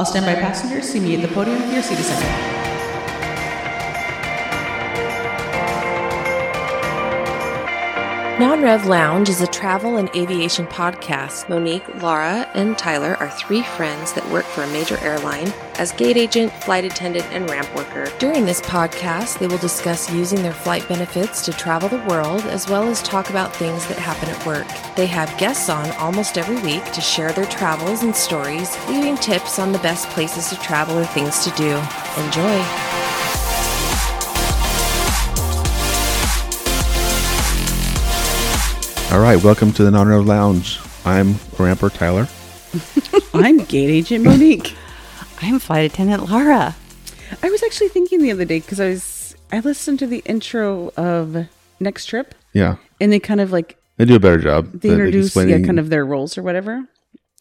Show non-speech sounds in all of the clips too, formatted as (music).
All standby passengers, see me at the podium for your seat assignment. Non Rev Lounge is a travel and aviation podcast. Monique, Laura, and Tyler are three friends that work for a major airline as gate agent, flight attendant, and ramp worker. During this podcast, they will discuss using their flight benefits to travel the world as well as talk about things that happen at work. They have guests on almost every week to share their travels and stories, leaving tips on the best places to travel or things to do. Enjoy. All right, welcome to the Non Rev Lounge. I'm Ramper Tyler. I'm gate agent Monique. I'm flight attendant Laura. I was actually thinking the other day because I was I listened to the intro of Next Trip Yeah, and they kind of like they do a better job. they at introduce yeah explaining- kind of their roles or whatever,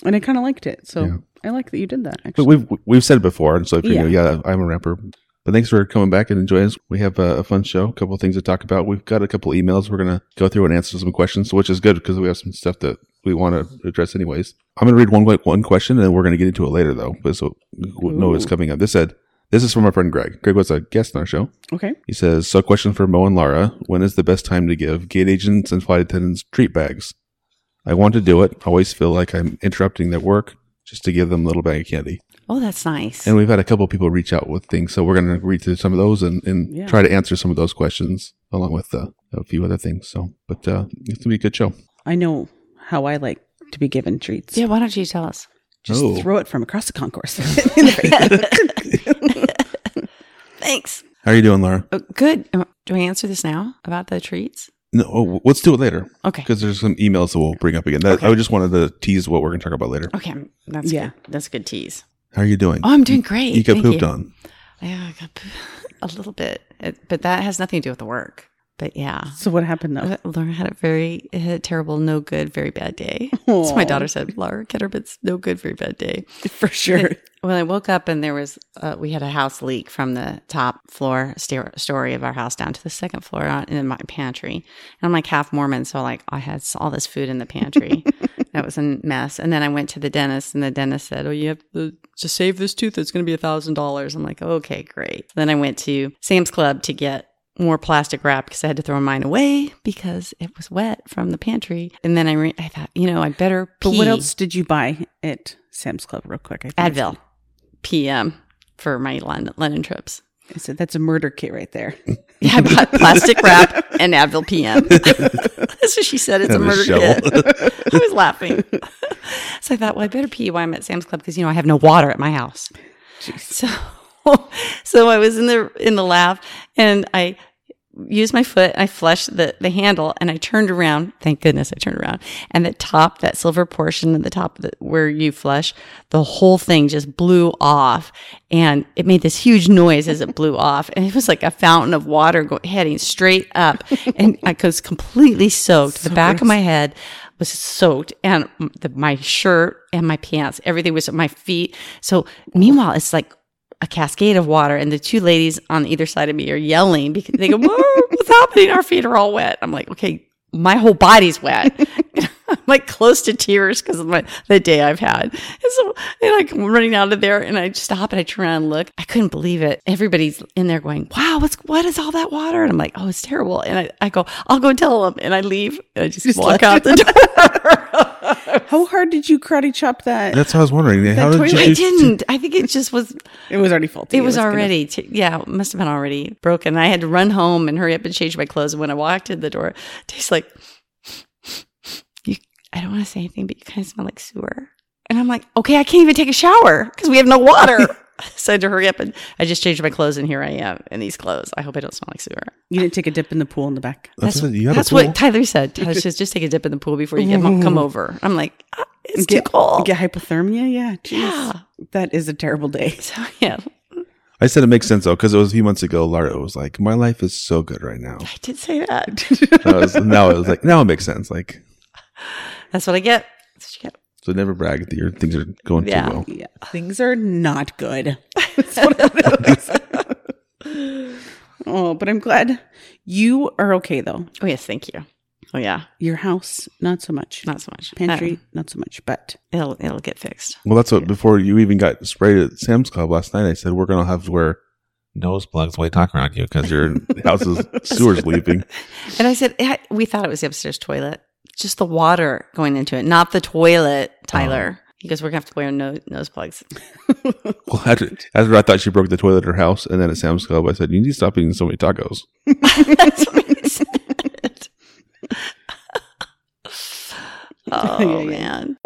and I kind of liked it. So Yeah. I like that you did that. But Actually, we've we've said it before, and so if you Yeah. know, yeah, I'm a ramper. But thanks for coming back and enjoying us. We have a, a fun show, a couple of things to talk about. We've got a couple of emails we're gonna go through and answer some questions, which is good because we have some stuff that we want to address anyways. I'm gonna read one one question, and then we're gonna get into it later though. But so we'll know it's Ooh. coming up. This said, this is from our friend Greg. Greg was a guest on our show. okay, He says, So, question for Mo and Lara When is the best time to give gate agents and flight attendants treat bags? I want to do it. I always feel like I'm interrupting their work just to give them a little bag of candy. Oh, that's nice. And we've had a couple people reach out with things. So, we're going to read through some of those and, and Yeah. try to answer some of those questions along with uh, a few other things. So, but uh, it's going to be a good show. I know how I like to be given treats. yeah, why don't you tell us? just Oh. throw it from across (laughs) the concourse. Thanks. How are you doing, Lara? Oh, good. Am- Do I answer this now about the treats? No, oh, let's do it later Okay. because there's some emails that we'll bring up again. That, I just wanted to tease what we're going to talk about later. Okay. I'm- That's Yeah. good. That's a good tease. How are you doing? Oh, I'm doing great. You got Thank pooped on. Yeah, I got poop- a little bit, It- but that has nothing to do with the work. But yeah. so what happened (laughs) though? Uh, Laura had a very had a terrible, no good, very bad day. That's what my Aw. daughter said, Laura Ketterbit's no good, very bad day. For sure. Well, I woke up and there was uh, we had a house leak from the top floor stair- story of our house down to the second floor on, in my pantry. And I'm like half Mormon, so like I had all this food in the pantry. (laughs) that was a mess. And then I went to the dentist, and the dentist said, "Oh, you have to, to save this tooth. It's going to be a thousand dollars." I'm like, "Okay, great." Then I went to Sam's Club to get more plastic wrap because I had to throw mine away because it was wet from the pantry. And then I re- I thought, you know, I better pee. But (laughs) what else did you buy at Sam's Club, real quick? I think it's- Advil, PM for my Lon- London trips. I said that's a murder kit right there. Yeah, I (laughs) bought plastic wrap and Advil PM. (laughs) That's what she said. It's And a a murder shell. kit. (laughs) I was laughing. so I thought, well, I better pee while I'm at Sam's Club because you know I have no water at my house. So, (laughs) so I was in the in the lab and I used my foot. I flushed the the handle and I turned around. Thank goodness I turned around. And the top, that silver portion at the top of the, where you flush, the whole thing just blew off, and it made this huge noise as it blew (laughs) off, and it was like a fountain of water go, heading straight up, and I was completely soaked. the back of my head was soaked and the, my shirt and my pants, everything was at my feet. So meanwhile, it's like a cascade of water and the two ladies on either side of me are yelling because they go, "Whoa, what's happening? Our feet are all wet. I'm like, okay, my whole body's wet. (laughs) I'm like close to tears because of my, the day I've had. And so, and I'm running out of there and I stop and I turn around and look. I couldn't believe it. Everybody's in there going, wow, what's, what is all that water? And I'm like, oh, it's terrible. And I, I go, I'll go tell them. And I leave and I just, Just walk left. out the door. How hard did you karate chop that? That's what I was wondering. How did you toilet- do- I didn't. I think it just was It was already faulty. It was gonna- already, t- yeah, it must have been already broken. I had to run home and hurry up and change my clothes. And when I walked in the door, it tastes like, you, I don't want to say anything, but you kind of smell like sewer. And I'm like, okay, I can't even take a shower because we have no water. (laughs) so I had to hurry up and I just changed my clothes and here I am in these clothes. I hope I don't smell like sewer. You didn't take a dip in the pool in the back. That's, what, you had a That's pool? Mm-hmm. what Tyler said. Tyler says, just take a dip in the pool before you get, come over. I'm like, ah, it's too Get- cold. Get hypothermia? Yeah. Jeez. Yeah. That is a terrible day. So yeah, I said it makes sense though, because it was a few months ago. Lara was like, "My life is so good right now." I did say that. (laughs) And I was, now it was like, now it makes sense. Like, That's what I get. That's what you get. so never brag that your things are going Yeah. too well. Yeah. Things are not good. oh, but I'm glad you are okay though. Oh, yes. Thank you. Oh yeah, Your house, not so much. not so much. Pantry, not so much. But Uh, it'll it'll get fixed. Well, that's what before you even got sprayed at Sam's Club last night. I said we're gonna have to wear nose plugs while we talk around you because (laughs) your house is sewers leaping. And I said "Eh, we thought it was the upstairs toilet, just the water going into it, not the toilet, Tyler. Because we're gonna have to wear no, nose (laughs) plugs. Well, after, after I thought she broke the toilet at her house, and then at Sam's Club, I said you need to stop eating so many tacos. That's what I said. (laughs) oh Yeah, yeah. man.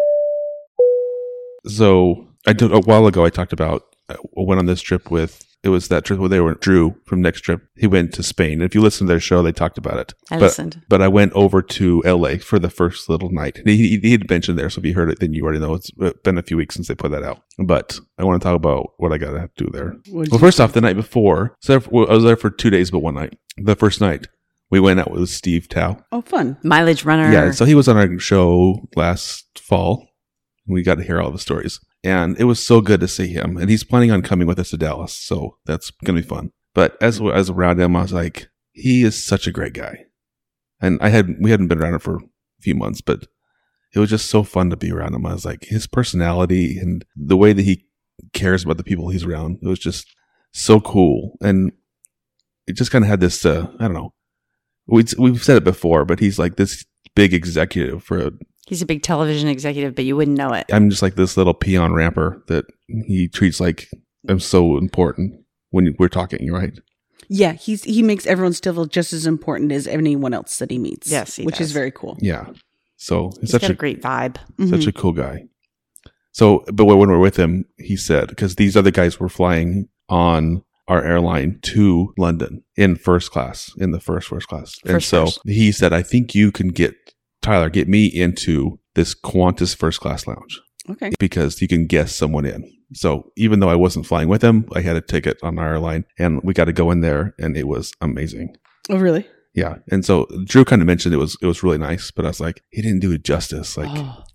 So I did a while ago. I talked about uh, I went on this trip with it was that trip where they were Drew from Next Trip. He went to Spain. If you listen to their show, they talked about it. I but, listened. But I went over to LA for the first little night. He, he, he had mentioned there, so if you heard it, then you already know it's uh, been a few weeks since they put that out. But I want to talk about what I got to have to do there. what'd Well, you- first off, the night before, so I was there for two days, but one night. The first night, we went out with Steve Tao. oh, fun. Mileage runner. Yeah, so he was on our show last fall. We got to hear all the stories, and it was so good to see him. And he's planning on coming with us to Dallas, so that's gonna be fun. But as as around him, I was like, he is such a great guy, and I had we hadn't been around him for a few months, but it was just so fun to be around him. I was like, his personality and the way that he cares about the people he's around, it was just so cool, and it just kind of had this uh, I don't know. We we've said it before, but he's like this big executive for a, He's a big television executive, but you wouldn't know it. I'm just like this little peon ramper that he treats like I'm so important when we're talking, right? Yeah, he's he makes everyone still feel just as important as anyone else that he meets. Yes, he which does. is very cool. Yeah. So he's He's such got a, a mm-hmm. great vibe. such a cool guy. So, but when we were with him, he said because these other guys were flying on our airline to London in first class, in the first first class, and First so class. he said, "I think you can get Tyler get me into this Qantas first class lounge." Mm-hmm. okay. because you can guess someone in. So even though I wasn't flying with him, I had a ticket on our airline and we got to go in there and it was amazing. Oh, really? Yeah. And so Drew kind of mentioned it was it was really nice, but I was like, he didn't do it justice. Like oh. Do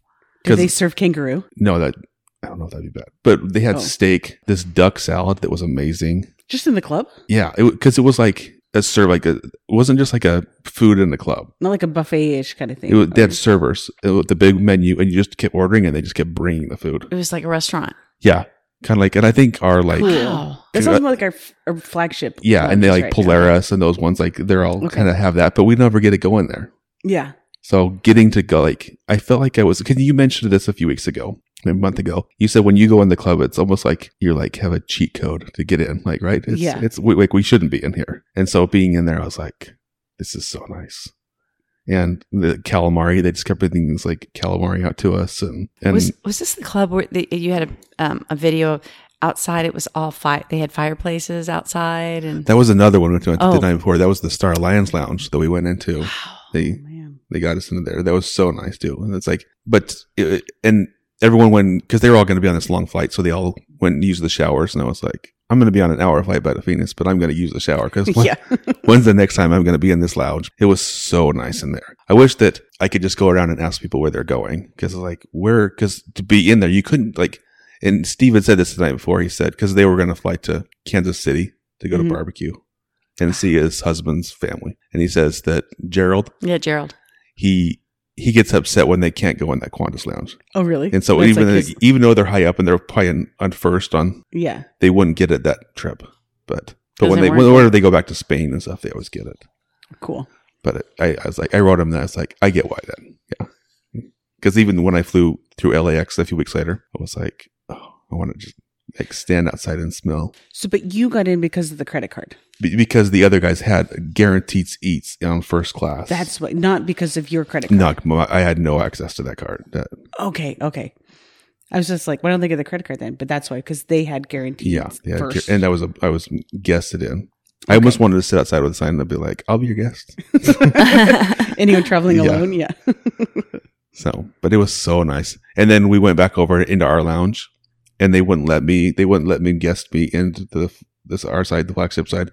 because they serve kangaroo? no, that I don't know if that'd be bad. But they had Oh. steak, this duck salad that was amazing. Just in the club, Yeah, because it, was like a serve like a, it wasn't just like a food in the club. not like a buffet-ish kind of thing. It was, they had Okay. servers, it was the big menu, and you just kept ordering, and they just kept bringing the food. It was like a restaurant. Yeah, kind of like, and I think our like Cool. Wow. That sounds more like our, f- our flagship. Uh, Yeah, and they lounge like right now. Polaris and those ones, like they're all Okay. kind of have that, but we never get to go in there. (laughs) Yeah. So getting to go, like I felt like I was because you mentioned this a few weeks ago, a month ago. You said when you go in the club, it's almost like you're like have a cheat code to get in, like right? It's, Yeah. it's we, like we shouldn't be in here, and so being in there, I was like, this is so nice. And the calamari, they just kept bringing things like calamari out to us, and and was was this the club where the, you had a um, a video outside? It was all fire. They had fireplaces outside, and that was another one we went to Oh. the night before. That was the Star Lions Lounge that we went into. They Oh, man. they got us into there. That was so nice too. And it's like, but it, and everyone went because they were all going to be on this long flight, so they all went and used the showers. And I was like, I'm going to be on an hour flight back to Phoenix, but I'm going to use the shower (laughs) because Yeah. when's the next time I'm going to be in this lounge? It was so nice in there. I wish that I could just go around and ask people where they're going because like where because to be in there you couldn't like. And Steve had said this the night before. He said because they were going to fly to Kansas City to go Mhm. to barbecue and see his husband's family. And he says that Gerald yeah, Gerald. he he gets upset when they can't go in that Qantas lounge, Oh, really? and so That's even like though- his- even though they're high up and they're probably on, on first on, yeah. they wouldn't get it that trip. But but Doesn't when they work. when, whenever they go back to Spain and stuff, they always get it. Cool. But it, I, I was like, I wrote him that. I was like, I get why then, yeah. Because even when I flew through LAX a few weeks later, I was like, oh, I want to just like stand outside and smell So, but you got in because of the credit card. Be- because the other guys had guaranteed seats on first class. That's what, not because of your credit card. no, I had no access to that card. That, Okay. Okay. I was just like, why don't they get the credit card then? But that's why, because they had guarantees. Yeah, yeah. First. And that was a, I was guested in. I almost wanted to sit outside with a sign and be like, "I'll be your (laughs) guest." (laughs) Anyone traveling Yeah. alone? Yeah. (laughs) So, but it was so nice. And then we went back over into our lounge, and they wouldn't let me. They wouldn't let me guest me into the this our side, the flagship side.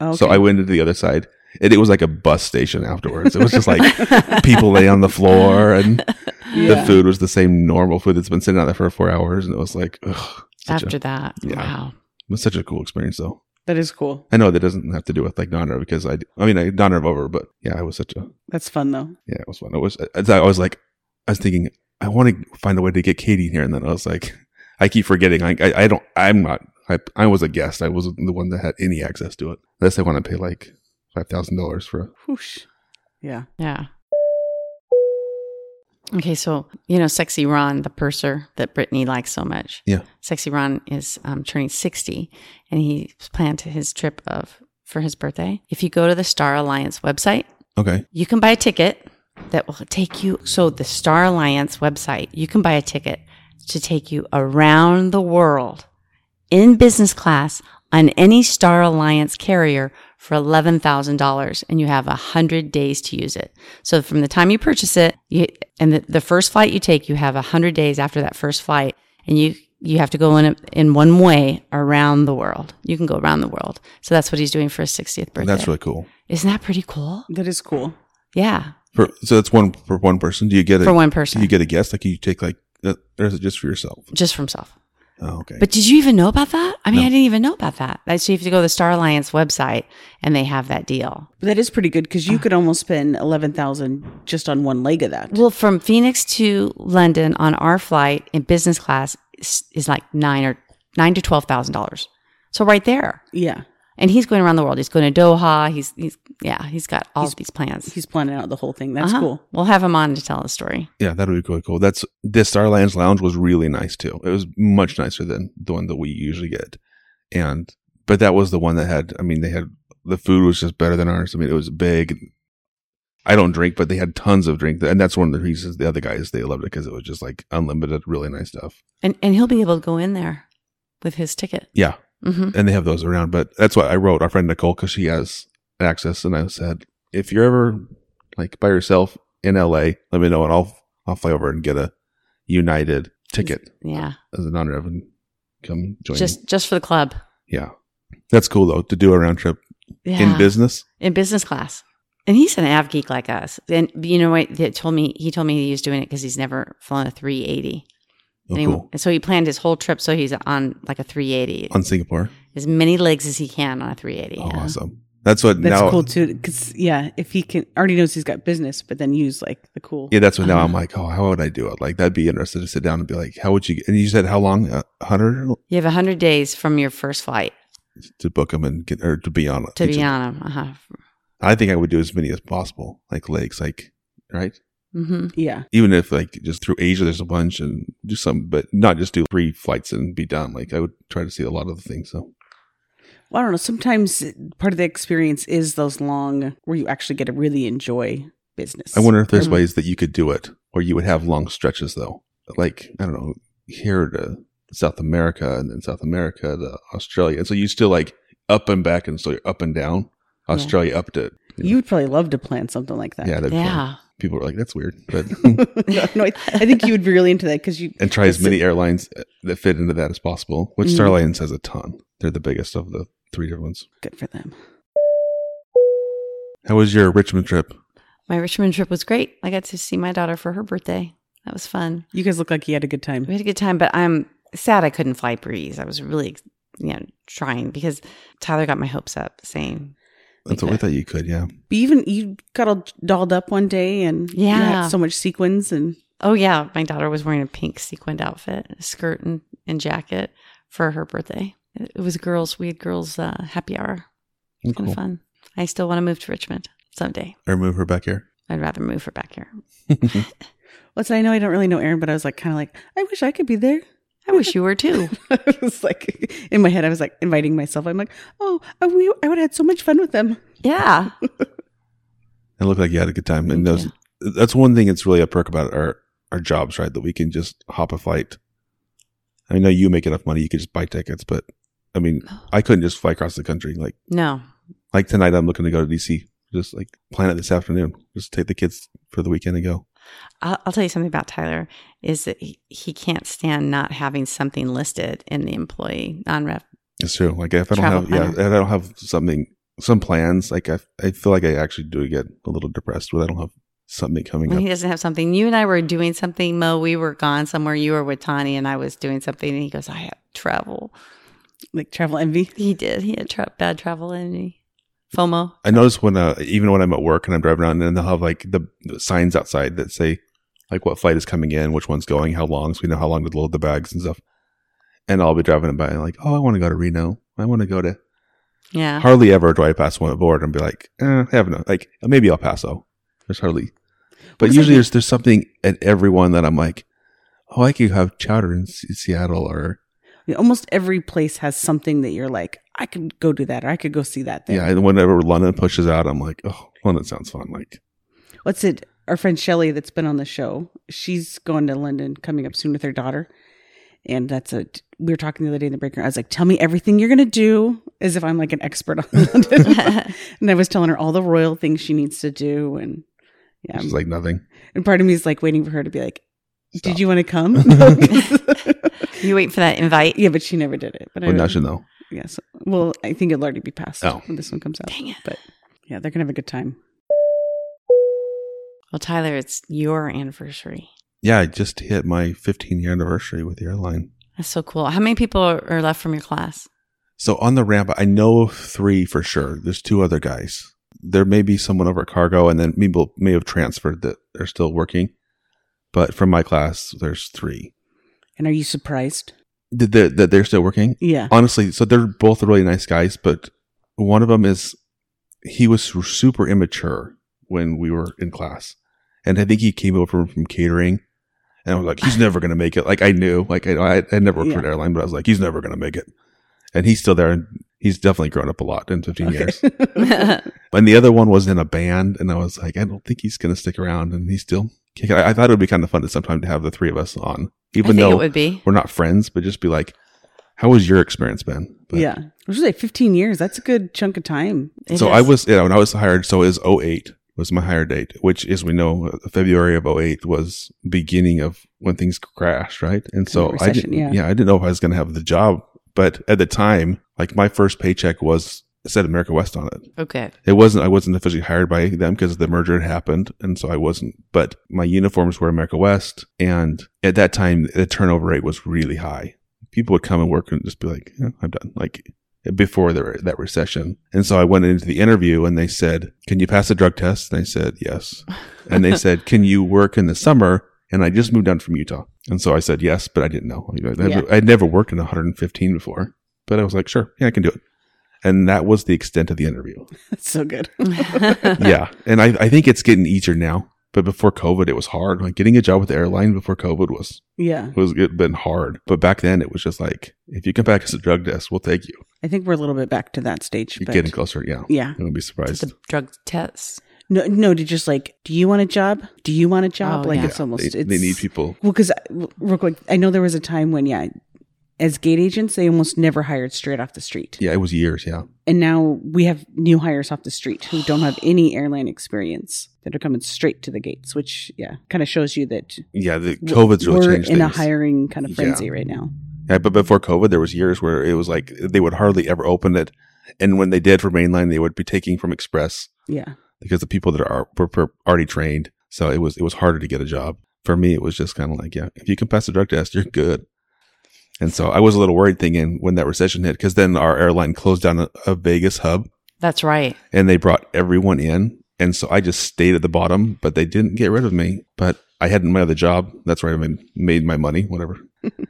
Okay. So I went into the other side, and it was like a bus station afterwards. It was just (laughs) like people lay on the floor, and the Yeah. food was the same normal food that's been sitting out there for four hours, and it was like, ugh, such a- After that, Yeah. wow. It was such a cool experience, though. That is cool. I know that doesn't have to do with like Donner because I, I mean, I, Donner of over, but yeah, I was such a, That's fun though. yeah, it was fun. I was, I, I was like, I was thinking, I want to find a way to get Katie in here. And then I was like, (laughs) I keep forgetting. I, I, I don't, I'm not, I, I was a guest. I wasn't the one that had any access to it. Unless I want to pay like $5,000 for Whoosh. Yeah. Yeah. Okay, so you know, sexy Ron, the purser that Brittany likes so much. Yeah. sexy Ron is um, turning sixty, and he's planned his trip of for his birthday. If you go to the Star Alliance website, Okay. you can buy a ticket that will take you. So the Star Alliance website, you can buy a ticket to take you around the world in business class on any Star Alliance carrier for $11,000 and you have 100 days to use it. So from the time you purchase it you, and the, the first flight you take, you have 100 days after that first flight and you you have to go in a, in one way around the world. You can go around the world. So that's what he's doing for his 60th birthday. That's really cool. Isn't that pretty cool? That is cool. Yeah. For, so that's one for one person. Do you get a, for one do person. you get a guest? Like you take like, uh, or is it just for yourself? just from self. Oh, okay. But did you even know about that? I mean, No. I didn't even know about that. Like, So you have to go to the Star Alliance website and they have that deal. But that is pretty good (sighs) because you could almost spend eleven thousand just on one leg of that. Well, from Phoenix to London on our flight in business class is, is like nine or nine to twelve thousand dollars. So right there, yeah. and he's going around the world. He's going to Doha. He's he's yeah. He's got all of these plans. He's planning out the whole thing. That's Uh-huh. cool. We'll have him on to tell his story. yeah, that would be really cool. That's the Starlands Lounge was really nice too. It was much nicer than the one that we usually get. And but that was the one that had I mean, they had the food was just better than ours. I mean, it was big. I don't drink, but they had tons of drink, and that's one of the reasons the other guys they loved it because it was just like unlimited, really nice stuff. And and he'll be able to go in there with his ticket. Yeah, hmm and they have those around. But that's what I wrote our friend Nicole because she has access, and I said, if you're ever like by yourself in LA, let me know, and I'll I'll fly over and get a United ticket Yeah. as an honor of and come join. Just just for the club. me. yeah, that's cool though to do a round trip Yeah. in business. in business class. And he's an av geek like us. And you know what? He told me he told me he was doing it because he's never flown a 380. Oh, and he- cool. and so he planned his whole trip so he's on like a 380, On Singapore. as many legs as he can on a 380. Oh, yeah. awesome. That's what That's now. cool too. Because yeah, if he can already knows he's got business, but then use like the cool. Yeah, that's what now Uh-huh. I'm like, oh, how would I do it? Like, that'd be interesting to sit down and be like, how would you? And you said how long? A hundred You have 100 days from your first flight to book them and get or to be on. to each be of- on them. Uh-huh. I think I would do as many as possible, like legs, like right. hmm Yeah. Even if like just through Asia, there's a bunch and do some, but not just do three flights and be done. Like I would try to see a lot of the things. So Well, I don't know. Sometimes part of the experience is those long where you actually get to really enjoy business. I wonder if there's Mhm. ways that you could do it, or you would have long stretches though. Like I don't know, here to South America, and then South America to Australia, and so you still like up and back, and so you're up and down. Yeah. Australia up to you would probably love to plan something like that. yeah, that'd be fun. Yeah. People are like, that's weird, (laughs) but no, (laughs) no, I, I think you would be really into that because you. and try as That's many airlines that fit into that as possible. Which Mm-hmm. Mhm. Star Alliance has a ton. They're the biggest of the three different ones. Good for them. How was your Richmond trip? My Richmond trip was great. I got to see my daughter for her birthday. That was fun. You guys look like you had a good time. We had a good time, but I'm sad I couldn't fly Breeze. I was really, you know, trying because Tyler got my hopes up saying, That's what we thought you could. Yeah, But even you got all dolled up one day and you had Yeah. so much sequins and Oh yeah, my daughter was wearing a pink sequined outfit, a skirt and, and jacket for her birthday. It it was girls. We had girls uh, happy hour. It's kind cool. of fun. I still want to move to Richmond someday. Or move her back here. I'd rather move her back here. what's I know I don't really know Aaron, but I was like kind of like I wish I could be there. (laughs) I wish you were too. I was like in my head I was like inviting myself. I'm like oh I, we, I would have had so much fun with them. Yeah. It looked like you had a good time. And Thank those, that's one thing that's really a perk about our our jobs, right? That we can just hop a flight. I know you make enough money; you could just buy tickets. But I mean, I couldn't just fly across the country. Like No. like tonight, I'm looking to go to DC. Just like plan it this afternoon. Just take the kids for the weekend and go. I'll, I'll tell you something about Tyler is that he, he can't stand not having something listed in the employee non ref. It's true. Like if I don't Travel have, yeah, if I don't have something, some plans. Like I, I feel like I actually do get a little depressed when I don't have something coming When up. he doesn't have something, you and I were doing something, Mo. We were gone somewhere. You were with Tani, and I was doing something. And he goes, "I have travel." like travel envy. He did. He had tra- bad travel envy, FOMO. I notice when uh, even when I'm at work and I'm driving around, and then they'll have like the the signs outside that say like what flight is coming in, which one's going, how long, so we know how long to load the bags and stuff. And I'll be driving by and like, oh, I want to go to Reno. I want to go to. Yeah. Hardly ever do I pass one aboard and be like, eh, I have no like maybe El Paso. There's hardly, but Because I usually think- there's there's something at every one that I'm like, oh, I could have chowder in Se- Seattle or I mean, almost every place has something that you're like, I could go do that or I could go see that thing. yeah. And whenever London pushes out, I'm like, oh, London sounds fun. Like What's it? Our friend Shelly that's been on the show, she's going to London coming up soon with her daughter. And that's a, we were talking the other day in the break room. I was like, tell me everything you're going to do as if I'm like an expert on (laughs) (laughs) London. and I was telling her all the royal things she needs to do. And yeah, she's like nothing. and part of me is like waiting for her to be like, Stop. did you want (laughs) to come? you wait for that (laughs) invite. yeah, but she never did it. But I Well, now would- she know. Yes. Well, I think it'll already be passed Oh. when this one comes out. Dang it. But yeah, they're gonna have a good time. Well, Tyler, it's your anniversary. Yeah, I just hit my 15 year anniversary with the airline. That's so cool. How many people are, are left from your (laughs) class? So on the ramp, I know of three for sure. There's two other guys. There may be someone over at cargo, and then maybe may have transferred that are still working. But from my class, there's three And are you surprised? Did they- that they're still working. Yeah. Honestly, so they're both really nice guys, but one of them is he was super immature when we were in class, and I think he came over from catering, and I was like, he's never gonna make it. Like I knew, like I I had never worked for an airline, but I was like, he's never gonna make it, and he's still there, and he's definitely grown up a lot in 15 years. (laughs) And the other one was in a band, and I was like, I don't think he's going to stick around, and he's still kicking. I, I thought it would be kind of fun at some time to have the three of us on, even I think though it would be. we're not friends, but just be like, "How was your experience, Ben?" But- yeah. Which is like fifteen years. That's a good chunk of time. (laughs) It so I is. was, yeah, when I was hired, so is 08 was my hire date, which, as we know, uh, February of 08 was beginning of when things crashed, right? And so Kind of I recession, didn't, yeah. yeah. I didn't know if I was going to have the job, but at the time, like my first paycheck was it said America West on it. Okay. (laughs) It wasn't. I wasn't officially hired by them because the merger had happened, and so I wasn't. But my uniforms were America West, and at that time, the turnover rate was really high. People would come and work and just be like, "Yeah, "I'm done." Like before the, that recession, and so I went into the interview, and they said, "Can you pass a drug test?" And I said, "Yes." And they said, "Can you work in the summer?" And I just moved down from Utah, and so I said yes, but I didn't know. I mean, I'd never- I'd never worked in 115 before, but I was like, "Sure, yeah, I can do it." And that was the extent of the interview That's so good. (laughs) yeah. And I, I think it's getting easier now. But before COVID, it was hard. Like getting a job with the airline before COVID was Yeah. was it been hard. But back then, it was just like if you come back as a drug test, we'll take you. I think we're a little bit back to that stage. You're but- getting closer. Yeah, Yeah. I would be surprised. the drug test. No no to just like, do you want a job? Do you want a job? Oh, like yeah. it's almost They, it's they need people. Well, because real quick, I know there was a time when yeah, as gate agents, they almost never hired straight off the street. Yeah, it was years. Yeah, And now we have new hires off the street who don't have any airline experience that are coming straight to the gates, which yeah, kind of shows you that yeah. The COVID's really we're changed in a things. hiring kind Yeah. of frenzy right now. yeah, but before COVID, there was years where it was like they would hardly ever open it, and when they did for mainline, they would be taking from express. Yeah, because the people that are were, were already trained. So it was it was harder to get a job. For me, it was just kind of like, yeah, if you can pass the drug test, you're good. And so I was a little worried thinking when that recession hit, because then our airline closed down a, a Vegas hub That's right. and they brought everyone in. And so I just stayed at the bottom, but they didn't get rid of me. But I hadn't my other job. That's where I made, made my money, (laughs) whatever.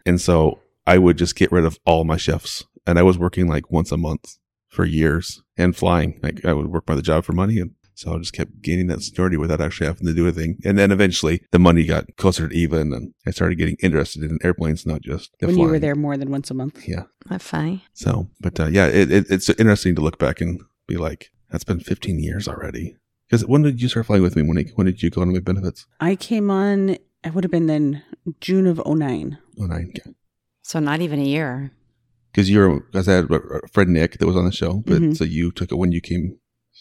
and so I would just get rid of all my chefs. And I was working like once a month for years and flying. Like I would work by the job for money. And so I just kept gaining that seniority without actually having to do anything. And then eventually the money got closer to even. And I started getting interested in airplanes, not just the when you were flying. there more than once a month. Yeah. That's funny. So, but uh, yeah, it, it, it's interesting to look back and be like, that's been 15 years already. Because when did you start flying with me, Monique? When did you go on my benefits? I came on. I would have been then June of 09. Oh, nine. So not even a year. (laughs) Because you were, because I had a friend Nick that was on the show, but Mhm. so you took it when you came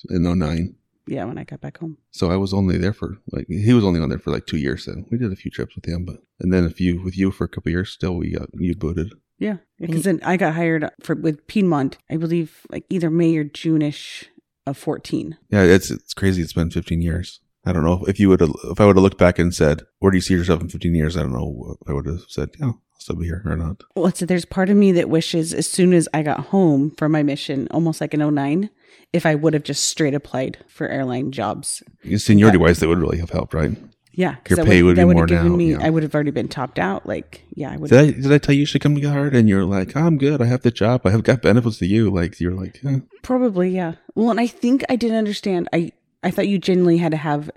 in 09. Yeah, when I got back home. So I was only there for like, he was only on there for like two years then. We did a few trips with him, but, and then a few with you for a couple years still, we got you booted. Yeah, because then I got hired for with Piedmont. I believe like either May or June-ish of 14. Yeah, it's, it's crazy. It's been 15 years. I don't know if you would have, if I would have looked back and said, where do you see yourself in 15 years? I don't know if I would have said, yeah, still be here or not. Well, it's, there's part of me that wishes as soon as I got home from my mission, almost like in 09, if I would have just straight applied for airline jobs. Seniority wise, that would really have helped, right? Yeah, Your that pay would that be would've more given now, Me, yeah. I would have already been topped out. Like, yeah, I would. Did I, did I tell you you should come to Hard? And you're like, I'm good. I have the job. I have got benefits to you. Like, you're like, eh. Probably, yeah. Well, and I think I didn't understand. I I thought you genuinely had to have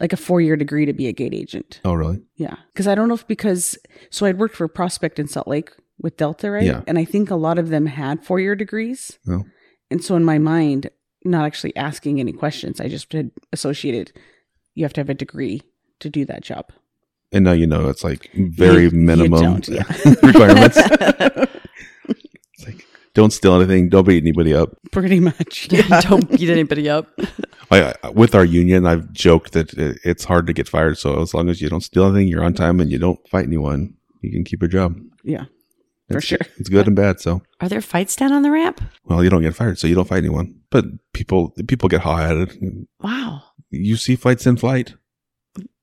like a four year degree to be a gate agent. oh, really? Yeah, because I don't know if because so I'd worked for Prospect in Salt Lake with Delta, right? Yeah. And I think a lot of them had four year degrees. Oh. And so in my mind, not actually asking any questions, I just had associated you have to have a degree to do that job. And now you know it's like very You- you minimum don't, yeah. (laughs) (laughs) requirements. It's like, don't steal anything. Don't beat anybody up. Pretty much. (laughs) (laughs) Don't beat anybody up. I, I- with our union, I've joked that it, it's hard to get fired. So as long as you don't steal anything, you're on time, and you don't fight anyone, you can keep your job. Yeah. For It's- sure. it's good and bad. So Are there fights down on the ramp? well, you don't get fired, so you don't fight anyone. But people people get hot at it. Wow. You see fights in flight. (laughs)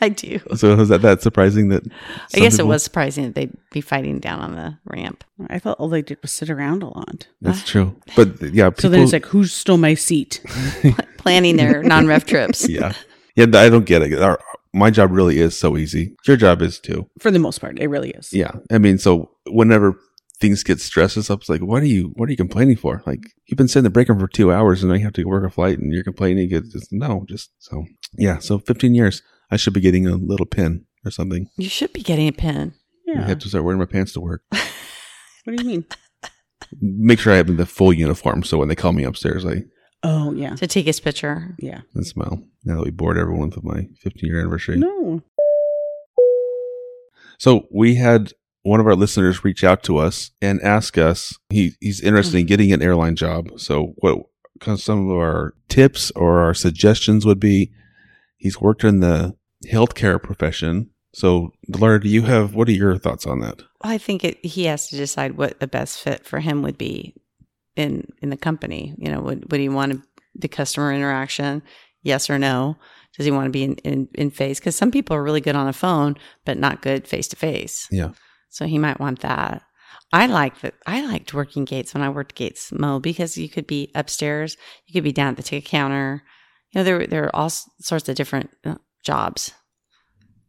I do. So is that that surprising that? I some guess it people- was surprising that they'd be fighting down on the ramp. I thought all they did was sit around a lot. That's true. But yeah, people, So then it's like, who stole my seat? (laughs) planning their non-ref trips. yeah, yeah. I don't get it. Our, my job really is so easy. Your job is too. For the most part, it really is. Yeah. I mean, so whenever things get stresses up, it's like, what are you, what are you complaining for? Like you've been sitting in the break room for two hours and now you have to work a flight and you're complaining. It's just, no, just so yeah. So 15 years, I should be getting a little pin or something. You should be getting a pin. I Yeah. have to start wearing my pants to work. What do you mean? Make sure I have the full uniform. So when they call me upstairs, I (laughs) Oh, yeah. So take his picture. Yeah. can smile. Now that we bored everyone with my 15 year anniversary. No. So we had one of our listeners reach out to us and ask us he he's interested in Mm-hmm. getting an airline job. So what kind of some of our tips or our suggestions would be? He's worked in the healthcare profession. So Laura, do you have what are your thoughts on that? Well, I think it, he has to decide what the best fit for him would be in in the company. You know, would would he want to, the customer interaction? Yes or no? Does he want to be in in, in face? Because some people are really good on a phone, but not good face to face. Yeah. So he might want that. I like that. I liked working gates when I worked gates mo because you could be upstairs, you could be down at the ticket counter. You know, there were- there are all s- sorts of different uh, jobs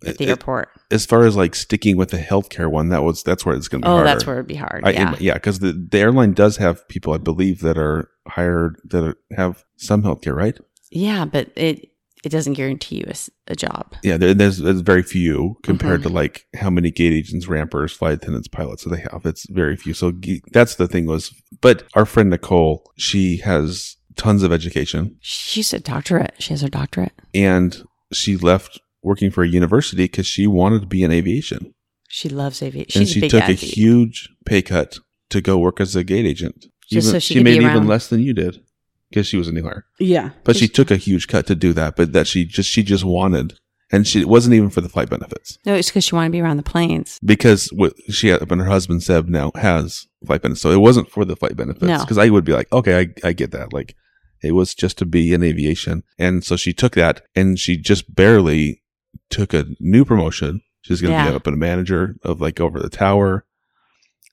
at the A- airport. As far as like sticking with the healthcare one, that was that's where it's going to be. oh, harder. that's where it'd be hard. I, yeah. yeah, because the, the airline does have people, I believe, that are hired that are, have some healthcare, right? Yeah, but it it doesn't guarantee you a, s- a job. Yeah, there, there's, there's very few compared Mm-hmm. to like how many gate agents, rampers, flight attendants, pilots that they have. It's very few. So ge- that's the thing was, but our friend Nicole, she has tons of education She's a doctorate. She has her doctorate. and she left working for a university because she wanted to be in aviation. She loves aviation. and She's a she big took a athlete. huge pay cut to go work as a gate agent. Just even, so she she could be made even around. less than you did because she was a new hire. Yeah. But she took a huge cut to do that, but that she just, she just wanted. And she, it wasn't even for the flight benefits. No, it's because she wanted to be around the planes. because what she and her husband Seb now has flight benefits, so it wasn't for the flight benefits. No. Because I would be like, okay, I, I get that. Like, it was just to be in aviation, and so she took that, and she just barely took a new promotion. She's going to Yeah. be up a manager of like over the tower,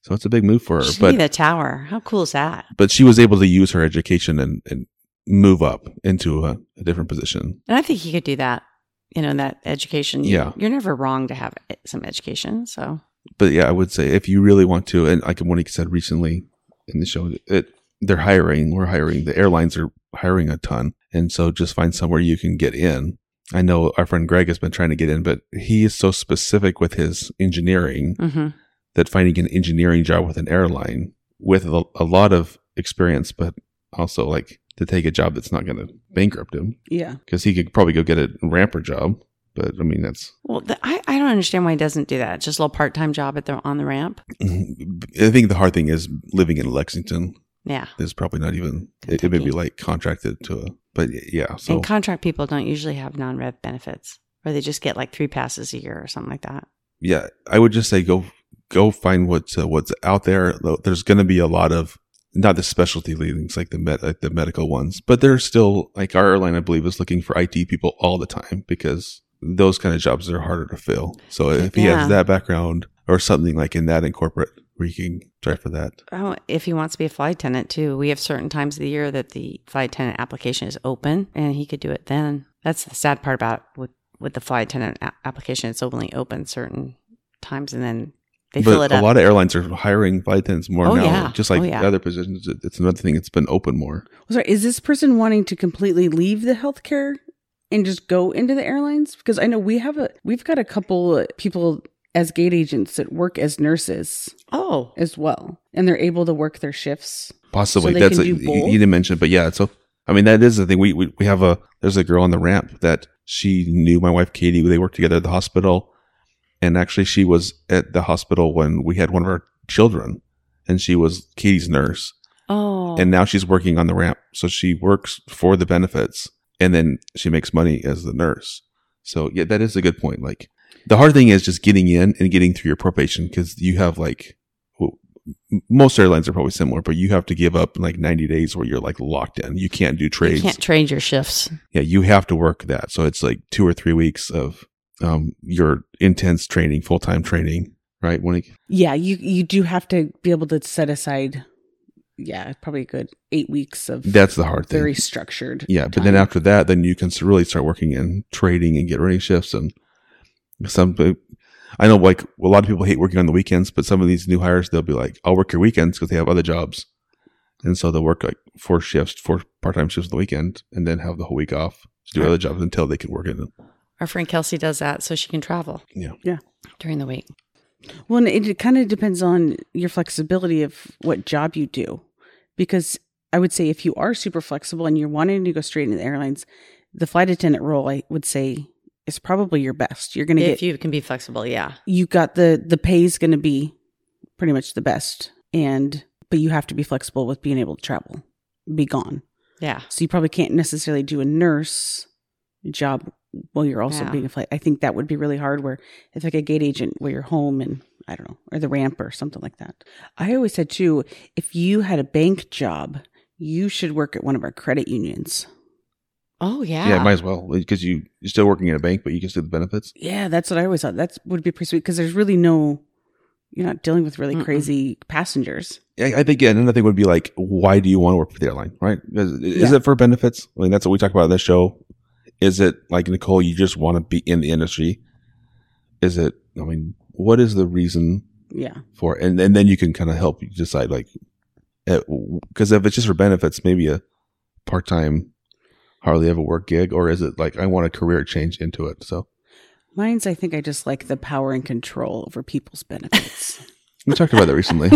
so it's a big move for her. She but needed a tower. How cool is that? but she was able to use her education and and move up into a, a different position. And I think he could do that. You know, that education. You- Yeah. You're never wrong to have e- some education. So but yeah, I would say if you really want to, and like Monique said recently in the show, it they're hiring, we're hiring, the airlines are hiring a ton, and so just find somewhere you can get in. I know our friend Greg has been trying to get in, but he is so specific with his engineering hmm that finding an engineering job with an airline with a, a lot of experience, but also like to take a job that's not going to bankrupt him Yeah. because he could probably go get a ramper job. But I mean, that's well, the, I, I don't understand why he doesn't do that. Just a little part time job at the on the ramp. I think the hard thing is living in Lexington Yeah. there's probably not even it, it may be Kentucky. like contracted to a but y- yeah so and contract people don't usually have non rev benefits, or they just get like three passes a year or something like that. yeah i would just say go go find what's uh, what's out there Though there's going to be a lot of not the specialty leadings like the med like the medical ones but there's still like our airline i believe is looking for it people all the time because those kind of jobs are harder to fill. So if he Yeah. has that background or something like in that in corporate where you can try for that. Oh, if he wants to be a flight attendant too, we have certain times of the year that the flight attendant application is open, and he could do it then. That's the sad part about with with the flight attendant a- application; it's only open certain times, and then they but fill it a up. lot of airlines are hiring flight attendants more Oh, now, yeah. just like Oh, yeah. other positions. It- It's another thing; it's been open more. Oh, Sorry, is this person wanting to completely leave the healthcare and just go into the airlines? Because I know we have a we've got a couple people as gate agents that work as nurses oh, as well, and they're able to work their shifts. Possibly they that's can a, you, do both? you didn't mention, it, but yeah. So I mean, that is the thing. We, we we have a there's a girl on the ramp that she knew my wife Katie. They worked together at the hospital, and actually she was at the hospital when we had one of our children, and she was Katie's nurse. oh, and now she's working on the ramp. So she works for the benefits and then she makes money as the nurse. So yeah, that is a good point. Like the hard thing is just getting in and getting through your probation because you have like well, m- most airlines are probably similar, but you have to give up like 90 days where you're like locked in. You can't do you trades. can't trade your shifts. yeah, you have to work that. So it's like two or three weeks of um, your intense training, full time training, right? When it, Yeah, you you do have to be able to set aside, yeah, probably a good eight weeks of that's the hard thing. very structured. Yeah, but then time. after that, then you can s- really start working in trading and get running shifts. And some, pe- I know like a lot of people hate working on the weekends, but some of these new hires, they'll be like, I'll work your weekends because they have other jobs. And so they'll work like four shifts, four part time shifts on the weekend, and then have the whole week off to do other jobs until they can work in them. Our friend Kelsey does that so she can travel. Yeah. Yeah. during the week. Well, and it kind of depends on your flexibility of what job you do. Because I would say if you are super flexible and you're wanting to go straight into the airlines, the flight attendant role, I would say, is probably your best. You're going to If get, you-, you can be flexible, yeah. got the, the pay is going to be pretty much the best. And, but you have to be flexible with being able to travel, be gone. Yeah. So you probably can't necessarily do a nurse job while you're also Yeah. being a flight. I think that would be really hard where it's like a gate agent where you're home and I don't know, or the ramp or something like that. I always said too, if you had a bank job, you should work at one of our credit unions. Oh, yeah. Yeah, might as well because you, you're still working in a bank, but you can still do the benefits. Yeah, that's what I always thought. That would be pretty sweet because there's really no, you're not dealing with really Mm-mm. crazy passengers. I, I think yeah, another thing would be like, why do you want to work for the airline, right? Is, is Yeah. it for benefits? I mean, that's what we talk about in this show. Is it like Nicole, you just want to be in the industry? Is it? I mean, what is the reason Yeah. for? it? And and then you can kind of help you decide, like, because if it's just for benefits, maybe a part time, hardly ever work gig, or is it like I want a career change into it? So Mine's, I think I just like the power and control over people's benefits. we talked about that recently.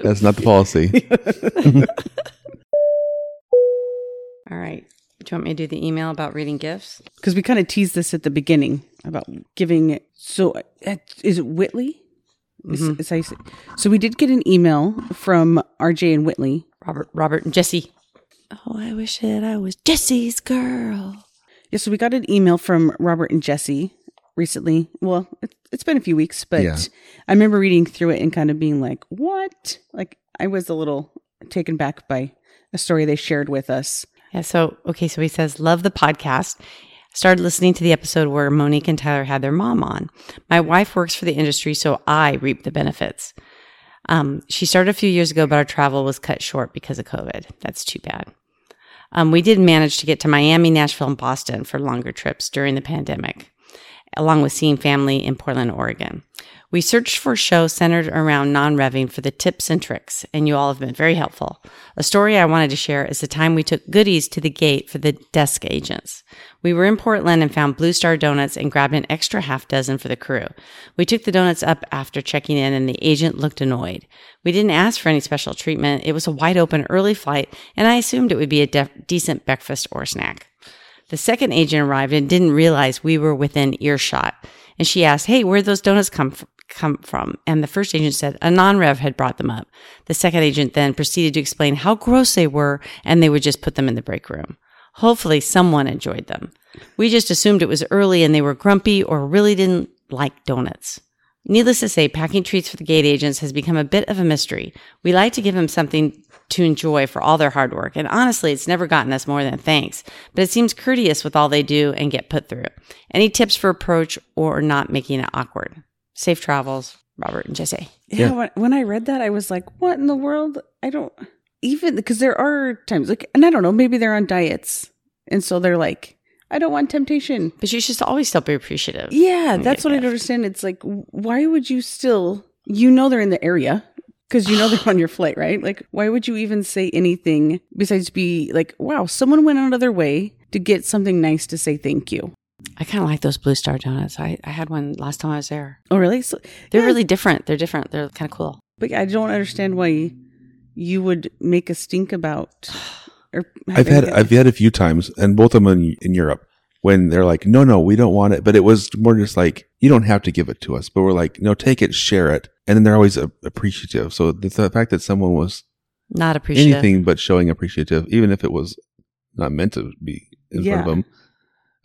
That's not the policy. All right. Do you want me to do the email about reading gifts? because we kind of teased this at the beginning about giving. So uh, is it Whitley? Is- Mhm. is how you say- so we did get an email from RJ and Whitley. Robert, Robert, and Jesse. Oh, I wish that I was Jesse's girl. Yeah, so we got an email from Robert and Jesse recently. Well, it's, it's been a few weeks, but Yeah. I remember reading through it and kind of being like, "What?" Like I was a little taken back by a story they shared with us. Yeah. So, okay. So he says, Love the podcast. Started listening to the episode where Monique and Tyler had their mom on. My wife works for the industry, so I reap the benefits. Um, she started a few years ago, but our travel was cut short because of COVID. That's too bad. Um, we did manage to get to Miami, Nashville, and Boston for longer trips during the pandemic, along with seeing family in Portland, Oregon. We searched for a show centered around non revving for the tips and tricks, and you all have been very helpful. A story I wanted to share is the time we took goodies to the gate for the desk agents. We were in Portland and found Blue Star Donuts and grabbed an extra half dozen for the crew. We took the donuts up after checking in, and the agent looked annoyed. We didn't ask for any special treatment. It was a wide open early flight, and I assumed it would be a def- decent breakfast or snack. The second agent arrived and didn't realize we were within earshot. And she asked, Hey, where'd those donuts come, f- come from? And the first agent said, A non rev had brought them up. The second agent then proceeded to explain how gross they were and they would just put them in the break room. Hopefully, someone enjoyed them. We just assumed it was early and they were grumpy or really didn't like donuts. Needless to say, packing treats for the gate agents has become a bit of a mystery. We like to give them something to enjoy for all their hard work. And honestly, it's never gotten us more than thanks, but it seems courteous with all they do and get put through. Any tips for approach or not making it awkward? Safe travels, Robert and Jesse. Yeah. Yeah. when, when I read that, I was like, what in the world? I don't even because there are times like, and I don't know, maybe they're on diets. And so they're like, I don't want temptation. But you should always still be appreciative. Yeah, get that's what I don't that. understand. It's like, why would you still, you know, they're in the area because you know they're on your flight, right? Like, why would you even say anything besides be like, wow, someone went out of their way to get something nice to say thank you? I kind of like those Blue Star donuts. I, I had one last time I was there. Oh, really? So, They're Yeah. really different. They're different. They're kind of cool. but I don't understand why you would make a (sighs) stink about. Or have I've had anything- I've had a few times, and both of them in, in Europe, when they're like, "No, no, we don't want it," but it was more just like, "You don't have to give it to us," but we're like, "No, take it, share it," and then they're always uh, appreciative. So the, the fact that someone was Not appreciative. anything but showing appreciative, even if it was not meant to be in front Yeah. of them,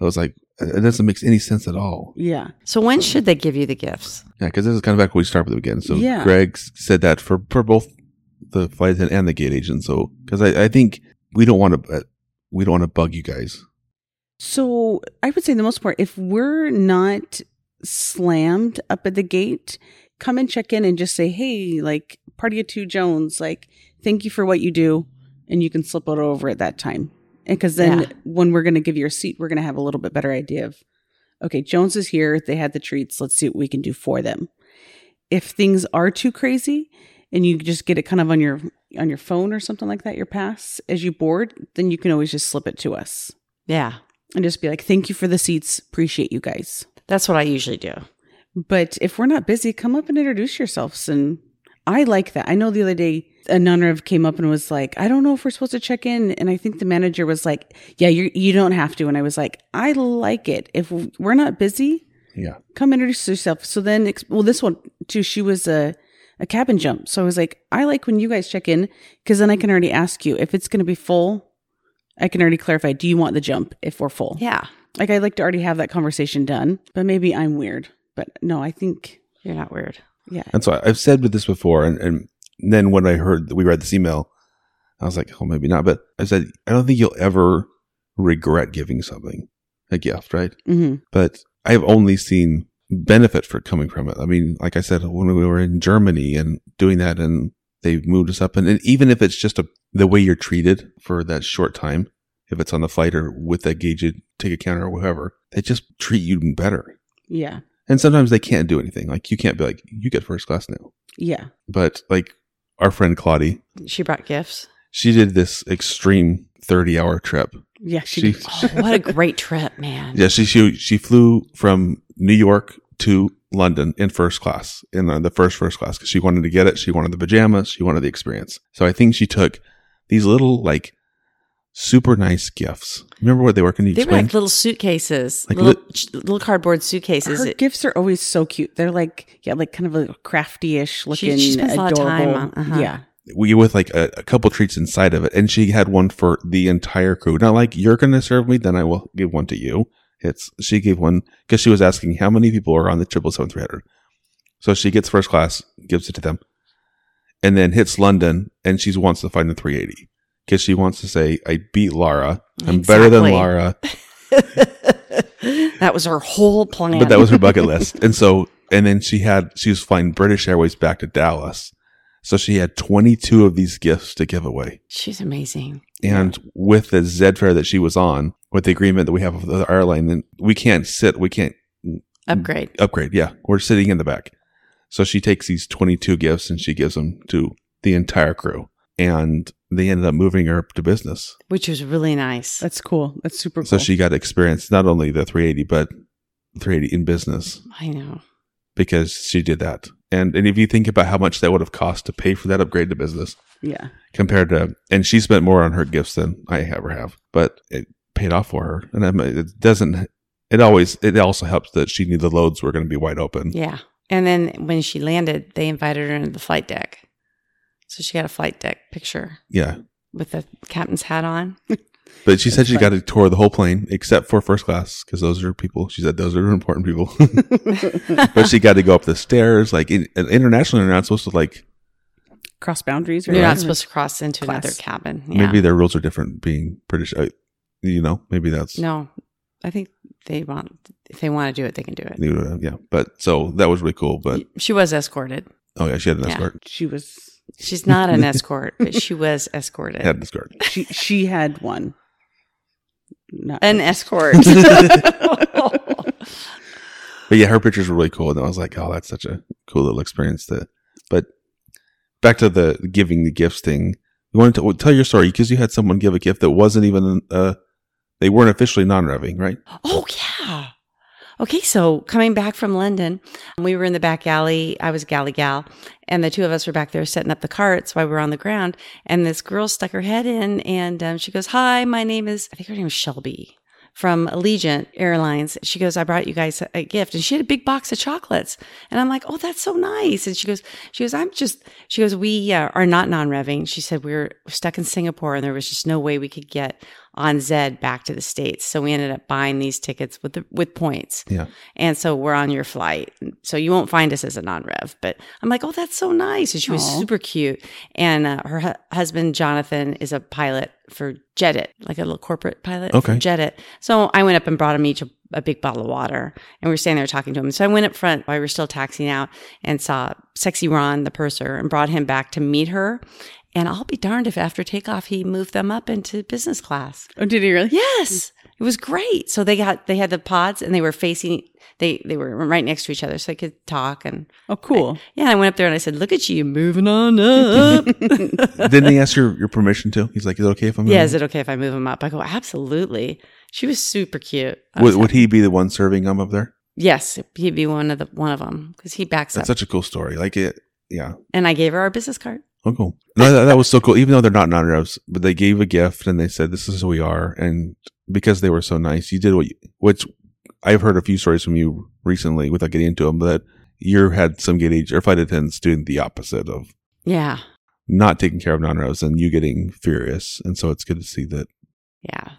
I was like, "Uh, "It doesn't make any sense at all." yeah. So when should they give you the gifts? Yeah, because this is kind of back where we start with it again. So Yeah. Greg s- said that for, for both the flight attendant and the gate agent. So because I, I think we don't want to we don't want to bug you guys. So I would say the most part, if we're not slammed up at the gate, come and check in and just say, Hey, like party of two Jones, like thank you for what you do. And you can slip it over at that time. And cause then Yeah. when we're going to give you a seat, we're going to have a little bit better idea of, okay, Jones is here. They had the treats. Let's see what we can do for them. If things are too crazy and you just get it kind of on your, on your phone or something like that, your pass as you board, then you can always just slip it to us Yeah. and just be like, thank you for the seats. Appreciate you guys. That's what I usually do. But if we're not busy, come up and introduce yourselves. And I like that. I know the other day, a nunner came up and was like, I don't know if we're supposed to check in. And I think the manager was like, Yeah, you you don't have to. And I was like, I like it. If we're not busy, Yeah. come introduce yourself. So then, ex- well, this one too, she was a, a cabin jump. So I was like, I like when you guys check in because then I can already ask you if it's going to be full. I can already clarify, do you want the jump if we're full? Yeah. Like I like to already have that conversation done, but maybe I'm weird. But no, I think You're not weird. yeah. And so I- I've said with this before, and, and then when I heard that we read this email, I was like, oh, maybe not. But I said, I don't think you'll ever regret giving something a gift, right? hmm But I've only seen benefit for coming from it. I mean, like I said, when we were in Germany and doing that, and they moved us up, and, and even if it's just a, the way you're treated for that short time, if it's on the flight or with that gauged ticket counter or whatever, they just treat you better. Yeah. And sometimes they can't do anything. Like you can't be like, you get first class now Yeah. but like our friend Claudie, She brought gifts. she did this extreme 30 hour trip. Yeah. She, She, did. Oh, what a great trip, man. yeah, she, she, she flew from New York to London in first class, in the, the first first class, because she wanted to get it. She wanted the pajamas. She wanted the experience. So I think she took these little, like, super nice gifts. Remember what they were? Can you They were explain? like little suitcases, Like little, little cardboard suitcases. her It- gifts are always so cute. They're like yeah, like kind of a crafty-ish looking, she spends a lot of adorable. time on- uh-huh. Yeah. we with like a, a couple treats inside of it and she had one for the entire crew not like you're gonna serve me then i will give one to you it's she gave one because she was asking how many people are on the triple seven three hundred so she gets first class gives it to them and then hits london and she wants to find the 380 because she wants to say i beat lara i'm better Exactly. than lara (laughs) that was her whole plan. But that was her bucket list. (laughs) And so, and then she had, she was flying British Airways back to Dallas. So she had 22 of these gifts to give away. (laughs) She's amazing. And with the Z fare that she was on, with the agreement that we have with the airline, then we can't sit, we can't Upgrade. upgrade. Yeah. We're sitting in the back. So she takes these 22 gifts and she gives them to the entire crew. And they ended up moving her up to business. which was really nice. Mm. That's cool. That's super cool. So she got to experience not only the 380, but 380 in business. I know. because she did that. And and if you think about how much that would have cost to pay for that upgrade to business yeah. compared to, and she spent more on her gifts than I ever have, but it paid off for her. And I'm, it doesn't. It always. It also helps that she knew the loads were going to be wide open. Yeah. And then when she landed, they invited her into the flight deck. So she got a flight deck picture Yeah. with the captain's hat on. But she said That's she fun. got a tour of the whole plane except for first class because those are people. She said those are important (laughs) people. but she got to go up the stairs. Like in, an international, you're not supposed to like cross boundaries. Or You're not anything. supposed to cross into another Class. cabin. Yeah. Maybe their rules are different being British. I, you know, maybe that's. No, I think they want if they want to do it, they can do it. you know, uh, Yeah. But so that was really cool. But she was escorted. oh, yeah, she had an Yeah. escort. She was. She's not an escort, but she was escorted. Had an escort. She she had (laughs) one. Not An escort. (laughs) But yeah, her pictures were really cool, and I was like, "Oh, that's such a cool little experience." That, but back to the giving the gifts thing. You wanted to well, tell your story because you had someone give a gift that wasn't even uh, they weren't officially non-revving, right? Oh, yeah. Okay, so coming back from London, we were in the back alley. I was galley gal, and the two of us were back there setting up the carts while we were on the ground. And this girl stuck her head in, and um, she goes, "Hi, my name is I think her name is Shelby from Allegiant Airlines." She goes, "I brought you guys a, a gift," and she had a big box of chocolates. And I'm like, "Oh, that's so nice." And she goes, "She goes, I'm just," she goes, "We uh, are not non-revving." She said, "We were stuck in Singapore, and there was just no way we could get." on Zed back to the States. So we ended up buying these tickets with the, with points. Yeah. And so we're on your flight. So you won't find us as a non-rev, but I'm like, "Oh, that's so nice." And she was Aw. super cute. And uh, her hu- husband Jonathan is a pilot for Jetit, like a little corporate pilot Okay. for Jetit. So I went up and brought them each a, a big bottle of water, and we were standing there talking to him. So I went up front while we were still taxiing out and saw Sexy Ron, the purser, and brought him back to meet her. And I'll be darned if after takeoff he moved them up into business class. Oh, did he really? Yes. It was great. So they got they had the pods and they were facing they they were right next to each other so they could talk and Oh, cool. yeah, I went up there and I said, "Look at you moving (laughs) on up." Didn't he ask your, your permission to? He's like, "Is it okay if I'm?" yeah, moving?" is it okay if I move him up? I go, "Absolutely." She was super cute. I Would, was- would he be the one serving them up there? yes, he'd be one of the one of them cuz he backs That's up. such a cool story. Like it, yeah. and I gave her our business card. Oh, cool. No, that, that was so cool. Even though they're not non-revs, but they gave a gift and they said, "This is who we are," and because they were so nice, you did what. You, which I've heard a few stories from you recently, without getting into them, that you had some gate age or flight attendants doing the opposite of Yeah. not taking care of non-revs and you getting furious, and so it's good to see that. Yeah.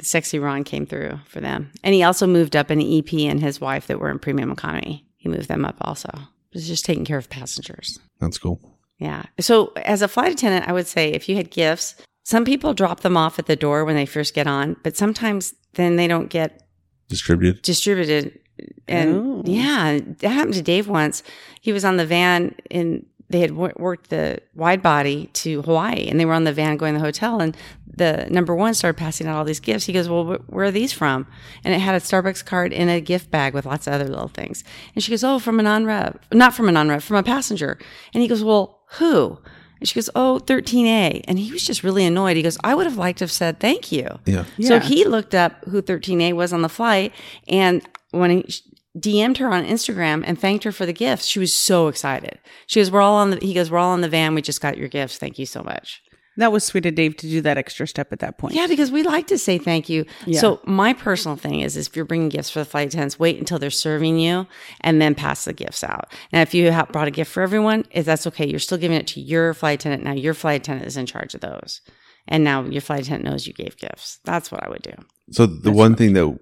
Sexy Ron came through for them. And he also moved up an EP and his wife that were in premium economy. He moved them up also. It was just taking care of passengers. That's cool. Yeah. So as a flight attendant, I would say if you had gifts, some people drop them off at the door when they first get on, but sometimes then they don't get Distributed. distributed and Oh. yeah that happened to dave once he was on the van and they had wor- worked the wide body to hawaii and they were on the van going to the hotel and the number one started passing out all these gifts he goes well wh- where are these from and it had a starbucks card in a gift bag with lots of other little things and she goes oh from a non-rev not from a non-rev from a passenger and he goes well who and she goes oh 13a and he was just really annoyed he goes i would have liked to have said thank you Yeah. Yeah. so he looked up who 13A was on the flight and when he sh- DM'd her on Instagram and thanked her for the gifts, she was so excited. She goes, We're all on the, he goes, We're all on the van. We just got your gifts. Thank you so much. That was sweet of Dave to do that extra step at that point. Yeah, because we like to say thank you. Yeah. So my personal thing is, is if you're bringing gifts for the flight attendants, wait until they're serving you and then pass the gifts out. Now, if you have brought a gift for everyone, is that's okay. You're still giving it to your flight attendant. Now your flight attendant is in charge of those. And now your flight attendant knows you gave gifts. That's what I would do. So the That's one thing that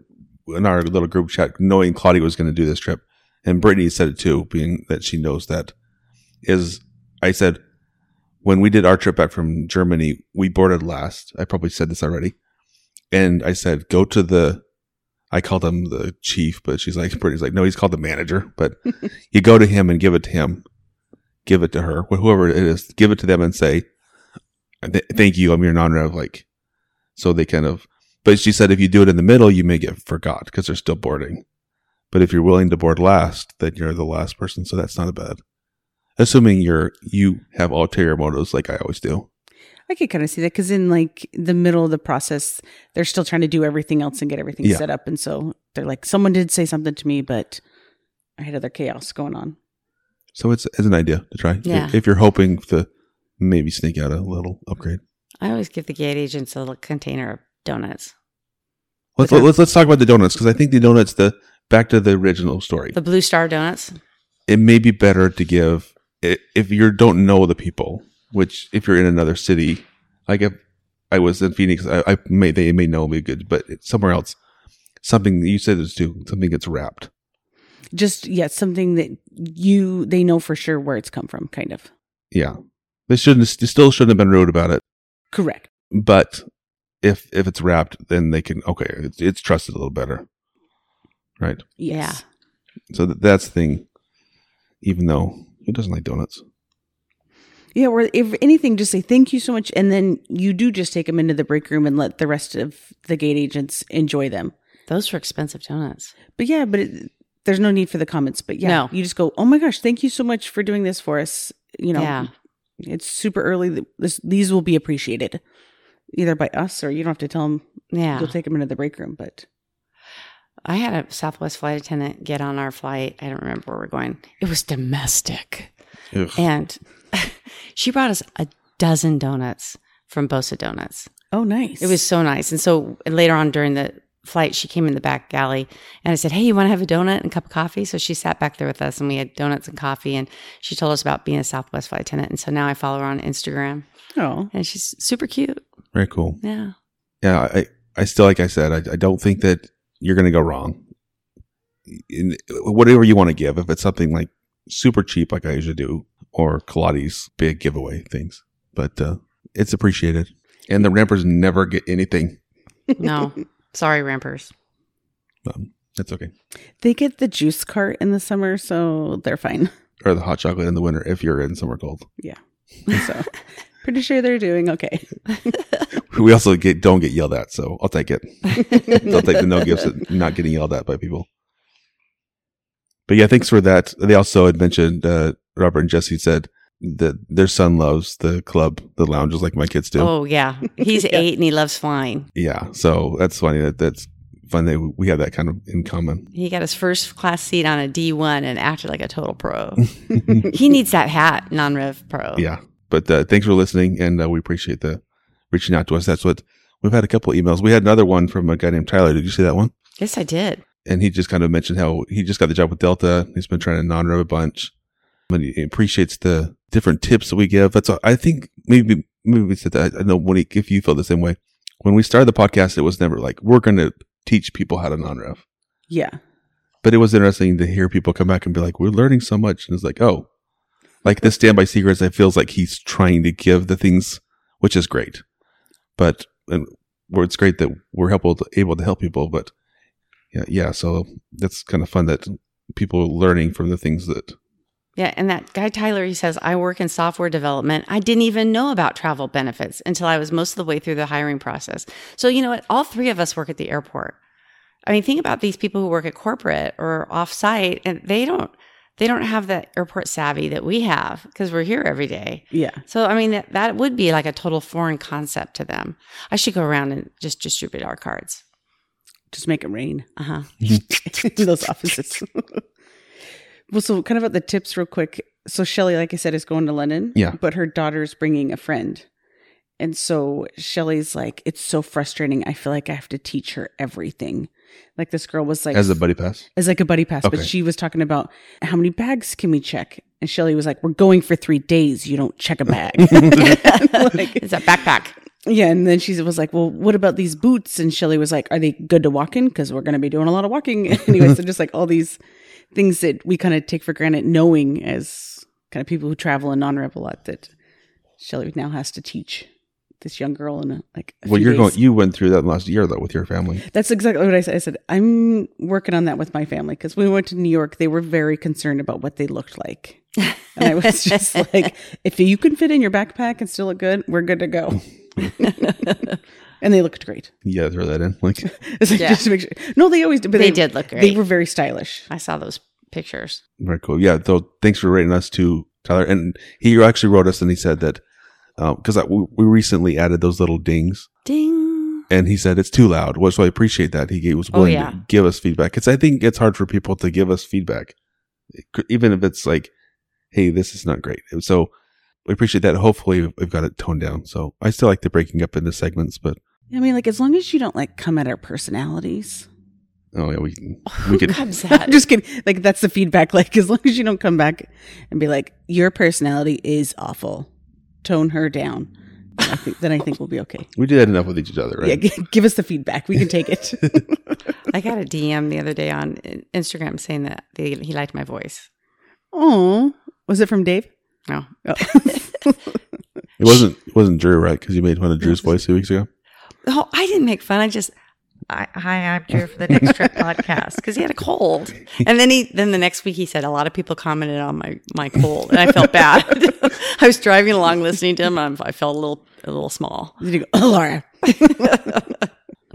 in our little group chat, knowing Claudia was going to do this trip, and Brittany said it too, being that she knows that, is I said when we did our trip back from Germany, we boarded last. I probably said this already, and I said go to the. I called him the chief, but she's like (laughs) Brittany's like no, he's called the manager. But you go to him and give it to him, give it to her, wh- whoever it is, give it to them and say, "Th- "Thank you, I'm your non-rev." Like, so they kind of but she said if you do it in the middle, you may get forgot because they're still boarding. But if you're willing to board last, then you're the last person, so that's not bad. Assuming you're you have ulterior motives, like I always do. I could kind of see that because in like the middle of the process, they're still trying to do everything else and get everything Yeah. set up, and so they're like, someone did say something to me, but I had other chaos going on. So it's it's an idea to try. Yeah. If, if you're hoping to maybe sneak out a little upgrade. I always give the gate agents a little container of donuts. Let's Okay. let's let's talk about the donuts because I think the donuts the back to the original story. The Blue Star donuts. it may be better to give i- if you don't know the people, which if you're in another city, like if I was in Phoenix, I, I may they may know me good, but it's somewhere else, something you said this too, something gets wrapped. Just yeah, something that you they know for sure where it's come from, kind of. Yeah, They shouldn't. They still shouldn't have been rude about it. Correct. But if if it's wrapped, then they can. Okay, it's, it's trusted a little better. Right. Yes. So th- that's the thing. Even though who doesn't like donuts? Yeah. Or if anything, just say thank you so much, and then you do just take them into the break room and let the rest of the gate agents enjoy them. Those were expensive donuts. But yeah, but it, there's no need for the comments. But yeah, No. you just go, oh my gosh, thank you so much for doing this for us. You know, Yeah. it's super early. This, these will be appreciated, either by us or you don't have to tell them. Yeah. You'll take them into the break room, but I had a Southwest flight attendant get on our flight. I don't remember where we're going. It was domestic. Ugh. And (laughs) she brought us a dozen donuts from Bosa Donuts. oh, nice. It was so nice. And so later on during the flight, she came in the back alley and I said, Hey, you want to have a donut and a cup of coffee? So she sat back there with us and we had donuts and coffee. And she told us about being a Southwest flight attendant. And so now I follow her on Instagram oh, and she's super cute. Very cool. Yeah. yeah, I, I still, like I said, I, I don't think that you're going to go wrong. In whatever you want to give, if it's something like super cheap, like I usually do, or Kaladi's big giveaway things, but uh, it's appreciated. And the rampers never get anything. No. Sorry, Rampers. Um, that's okay. they get the juice cart in the summer, so they're (laughs) fine. Or the hot chocolate in the winter if you're in somewhere cold. So pretty sure they're doing okay. We also get don't get yelled at, so I'll take it. (laughs) I'll take the no gifts at not getting yelled at by people. But yeah, thanks for that. They also had mentioned uh, Robert and Jesse said that their son loves the club, the lounges, like my kids do. Oh, yeah. (laughs) He's eight and he loves flying. Yeah, so that's funny. That that's fun that we have that kind of in common. (laughs) (laughs) He got his first class seat on a D1 and acted like a total pro. he needs that hat, non rev pro. Yeah, but uh, thanks for listening, and uh, we appreciate the reaching out to us. That's what we've had a couple of emails. We had another one from a guy named Tyler. Did you see that one? Yes, I did. and he just kind of mentioned how he just got the job with Delta. He's been trying to non-rev a bunch, and he appreciates the different tips that we give. That's all, I think maybe maybe we said that. I know when he, if you feel the same way, when we started the podcast, it was never like we're going to teach people how to non-rev, (laughs) Yeah. but it was interesting to hear people come back and be like, "We're learning so much," and it's like, "Oh, like this standby secrets." It feels like he's trying to give the things, which is great, but and where it's great that we're helpful to, able to help people, but yeah, yeah. So that's kind of fun that people are learning from the things that. Yeah, and that guy Tyler, he says, I work in software development. I didn't even know about travel benefits until I was most of the way through the hiring process. So, you know what? All three of us work at the airport. I mean, think about these people who work at corporate or offsite, and they don't they don't have that airport savvy that we have because we're here every day. Yeah. So, I mean, that, that would be like a total foreign concept to them. I should go around and just distribute our cards. Just make it rain. (laughs) Uh huh. in (laughs) those offices. (laughs) well, so kind of about the tips, real quick. So Shelly, like I said, is going to London. Yeah. But her daughter's bringing a friend. And so Shelly's like, it's so frustrating. I feel like I have to teach her everything. Like this girl was like, As a buddy pass, as like a buddy pass, but Okay. she was talking about how many bags can we check? And Shelly was like, we're going for three days. You don't check (laughs) a bag. (laughs) Like- it's a backpack. yeah, and then she was like, "Well, what about these boots?" And Shelly was like, "Are they good to walk in? Because we're going to be doing a lot of walking (laughs) anyway." so just like all these things that we kind of take for granted, knowing as kind of people who travel and non-rev a lot, that Shelly now has to teach this young girl in a, like. A well, few you're days. going. You went through that last year though with your family. That's exactly what I said. I said I'm working on that with my family because when we went to New York, they were very concerned about what they looked like, and I (laughs) was just like, "If you can fit in your backpack and still look good, we're good to (laughs) go." and they looked great. Yeah, throw that in. (laughs) Like, It's like, Yeah. just to make sure. No, they always did. (laughs) But They did look They great. were very stylish. I saw those pictures. very cool. Yeah. So thanks for rating us too, Tyler. And he actually wrote us and he said that because I we, we recently added those little dings, Ding. and he said it's too loud. Well, so I appreciate that he was Oh, willing yeah. to give us feedback because I think it's hard for people to give us feedback, It could- even if it's like, "Hey, this is not great." So we appreciate that. Hopefully, we've got it toned down. So I still like the breaking up into segments, but. I mean, like as long as you don't like come at our personalities. Oh yeah, we can- Who we could. (laughs) comes I'm that? just kidding. Like that's the feedback. Like as long as you don't come back and be like, your personality is awful. Tone her down. I think, then I think we'll be okay. We do that enough with each (laughs) other, Yeah, right? g- give us the feedback. We can (laughs) take it. I got a DM the other day on in- Instagram saying that they, he liked my voice. Oh, was it from Dave? No. Oh. It wasn't it wasn't Drew, right? Because you made fun of Drew's voice two weeks ago. Oh, I didn't make fun. I just, I, hi, I'm Drew for the Next Trip podcast because he had a cold, and then he, then the next week he said a lot of people commented on my my cold, and I felt bad. (laughs) I was driving along listening to him, and I felt a little a little small. Did you go, oh, Laura?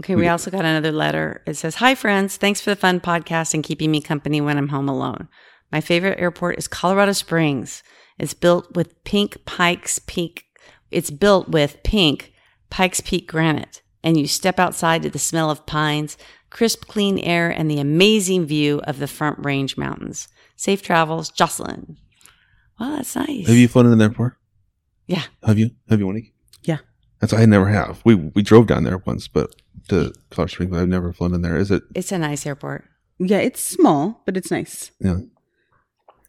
Okay, we also got another letter. It says, Hi, friends. Thanks for the fun podcast and keeping me company when I'm home alone. My favorite airport is Colorado Springs. It's built with pink Pikes Peak. It's built with pink Pikes Peak granite. And you step outside to the smell of pines, crisp, clean air, and the amazing view of the Front Range Mountains. Safe travels, Jocelyn. Well, that's nice. Have you flown in an airport? Yeah. Have you? Have you, Monique? Yeah. That's I never have. We we drove down there once, but to Colorado Springs, but I've never flown in there. Is it? It's a nice airport. Yeah, it's small, but it's nice. Yeah.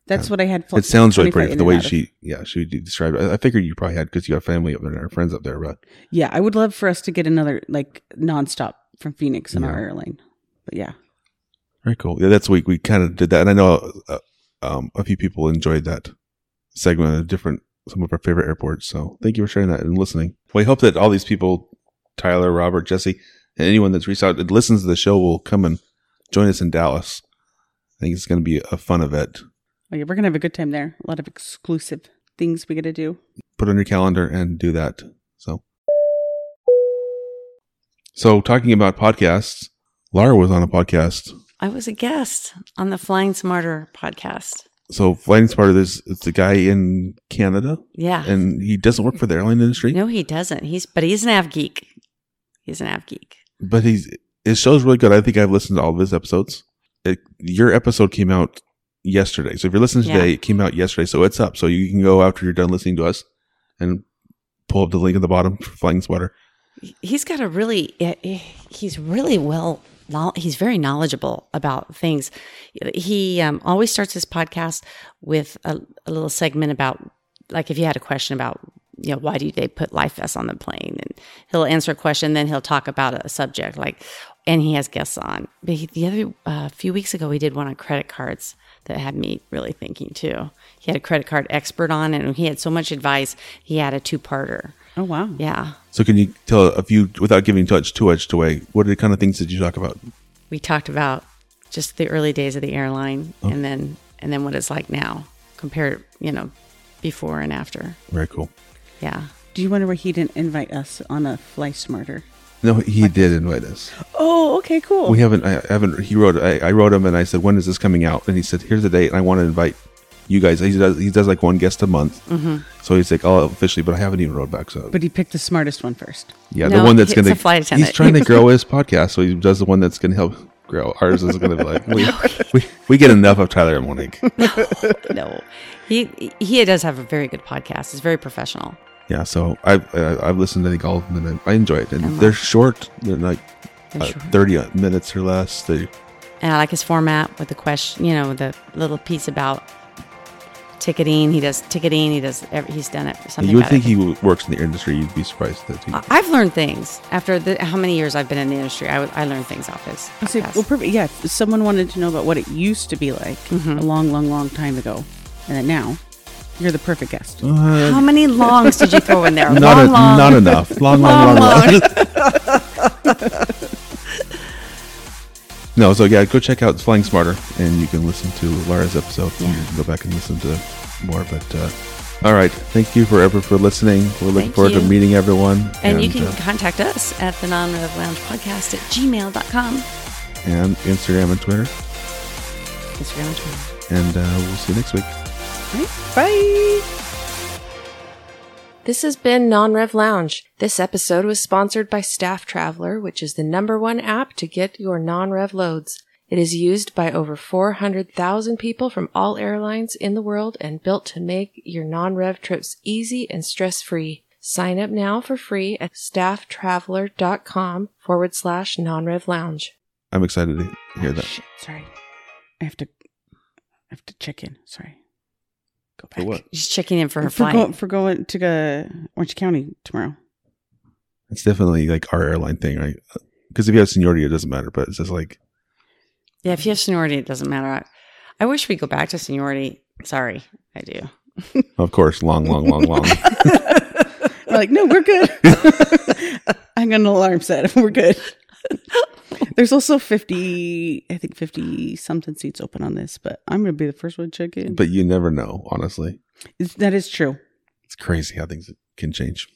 That's Yeah. what I had. fl- it sounds really 25 pretty in the and way out of. she yeah she de- described. It. I, I figured you probably had because you got family up there and friends up there, but Yeah, I would love for us to get another like nonstop from Phoenix on our Yeah. airline. But yeah, very cool. Yeah, that's week we kind of did that, and I know uh, um, a few people enjoyed that segment of different some of our favorite airports. So thank you for sharing that and listening. We hope that all these people, Tyler, Robert, Jesse, and anyone that's reached out and listens to the show will come and join us in Dallas. I think it's going to be a fun event. oh, yeah, we're gonna have a good time there. A lot of exclusive things we got to do. put it on your calendar and do that. So, so talking about podcasts, Lara was on a podcast. I was a guest on the Flying Smarter podcast. So, flying smarter. There's it's a guy in Canada, Yeah. and he doesn't work for the airline industry, No, he doesn't. He's but he's an av geek. He's an av geek. but he's his show's really good. I think I've listened to all of his episodes. It, your episode came out yesterday, so if you're listening Yeah. today, it came out yesterday, so it's up. So you can go after you're done listening to us and pull up the link at the bottom for flying smarter. He's got a really eh, eh, he's really well knowl- he's very knowledgeable about things. He um, always starts his podcast with a, a little segment about like if you had a question about you know why do they put life vests on the plane and he'll answer a question then he'll talk about a subject like and he has guests on but he, the other uh, few weeks ago we did one on credit cards that had me really thinking too he had a credit card expert on and he had so much advice he had a two-parter Oh wow, yeah So can you tell a few without giving too much too much away? What are the kind of things that you talk about? we talked about just the early days of the airline Oh. and then and then what it's like now compared you know before and after Very cool. yeah Do you wonder why he didn't invite us on a fly smarter? No, he did invite us. Oh, okay, cool. We haven't. I I haven't. He wrote. I, I wrote him, and I said, "When is this coming out?" And he said, "Here's the date, and I want to invite you guys." He does. He does like one guest a month. Mm-hmm. So he's like, "I'll officially," but I haven't even wrote back. So but he picked the smartest one first. yeah, the No, one that's it's going to a flight He's attendant. trying (laughs) to grow his podcast, so he does the one that's going to help grow. Ours is going to be (laughs) like we, we we get enough of Tyler and Monique. no he he does have a very good podcast it's very professional Yeah, so I've uh, I've listened to I think all of them and I I enjoy it. And they're short. They're like Uh-huh. They're uh, short. thirty minutes or less. They and i like his format with the question you know the little piece about ticketing he does ticketing he does every, he's done it something you would about think it. Uh, he w- works in the industry. You'd be surprised that he. I- I've learned things after the, how many years I've been in the industry. I, I learned things off his. I said, podcast. well, perfect. Yeah, if someone wanted to know about what it used to be like Mm-hmm. a long, long, long time ago, and then now you're the perfect guest. Uh, how many longs did you throw in there? not long, a- long. not enough. (laughs) Long, long, long, long. (laughs) no, so yeah, go check out Flying Smarter, and you can listen to Lara's episode. And you can go back and listen to more. But uh, all right, thank you forever for listening. We're looking Thank forward to you. meeting everyone. And, you can uh, contact us at the non-rev lounge podcast at gmail.com. and Instagram and Twitter. Instagram and Twitter. and uh, we'll see you next week. Bye. This has been Non-Rev Lounge. This episode was sponsored by Staff Traveler, which is the number one app to get your non-rev loads. It is used by over 400,000 people from all airlines in the world and built to make your non-rev trips easy and stress-free. Sign up now for free at stafftraveler.com forward slash non-rev lounge. I'm excited to hear that. Shit, sorry. I have to. I have to check in. Sorry. Go back. She's checking in for her For, flight. go, for going to uh, Orange County tomorrow. (laughs) It's definitely like our airline thing, right? Because if you have seniority, it doesn't matter. But it's just like yeah, if you have seniority, it doesn't matter. I, I wish we go back to seniority. Sorry, I do. Of course, long, long, long, long. like, no, we're good. (laughs) I'm got an alarm set (laughs) if we're good. There's also 50, I think 50 something seats open on this, but I'm going to be the first one to check in. But you never know, honestly. It's- that is true. It's crazy how things can change.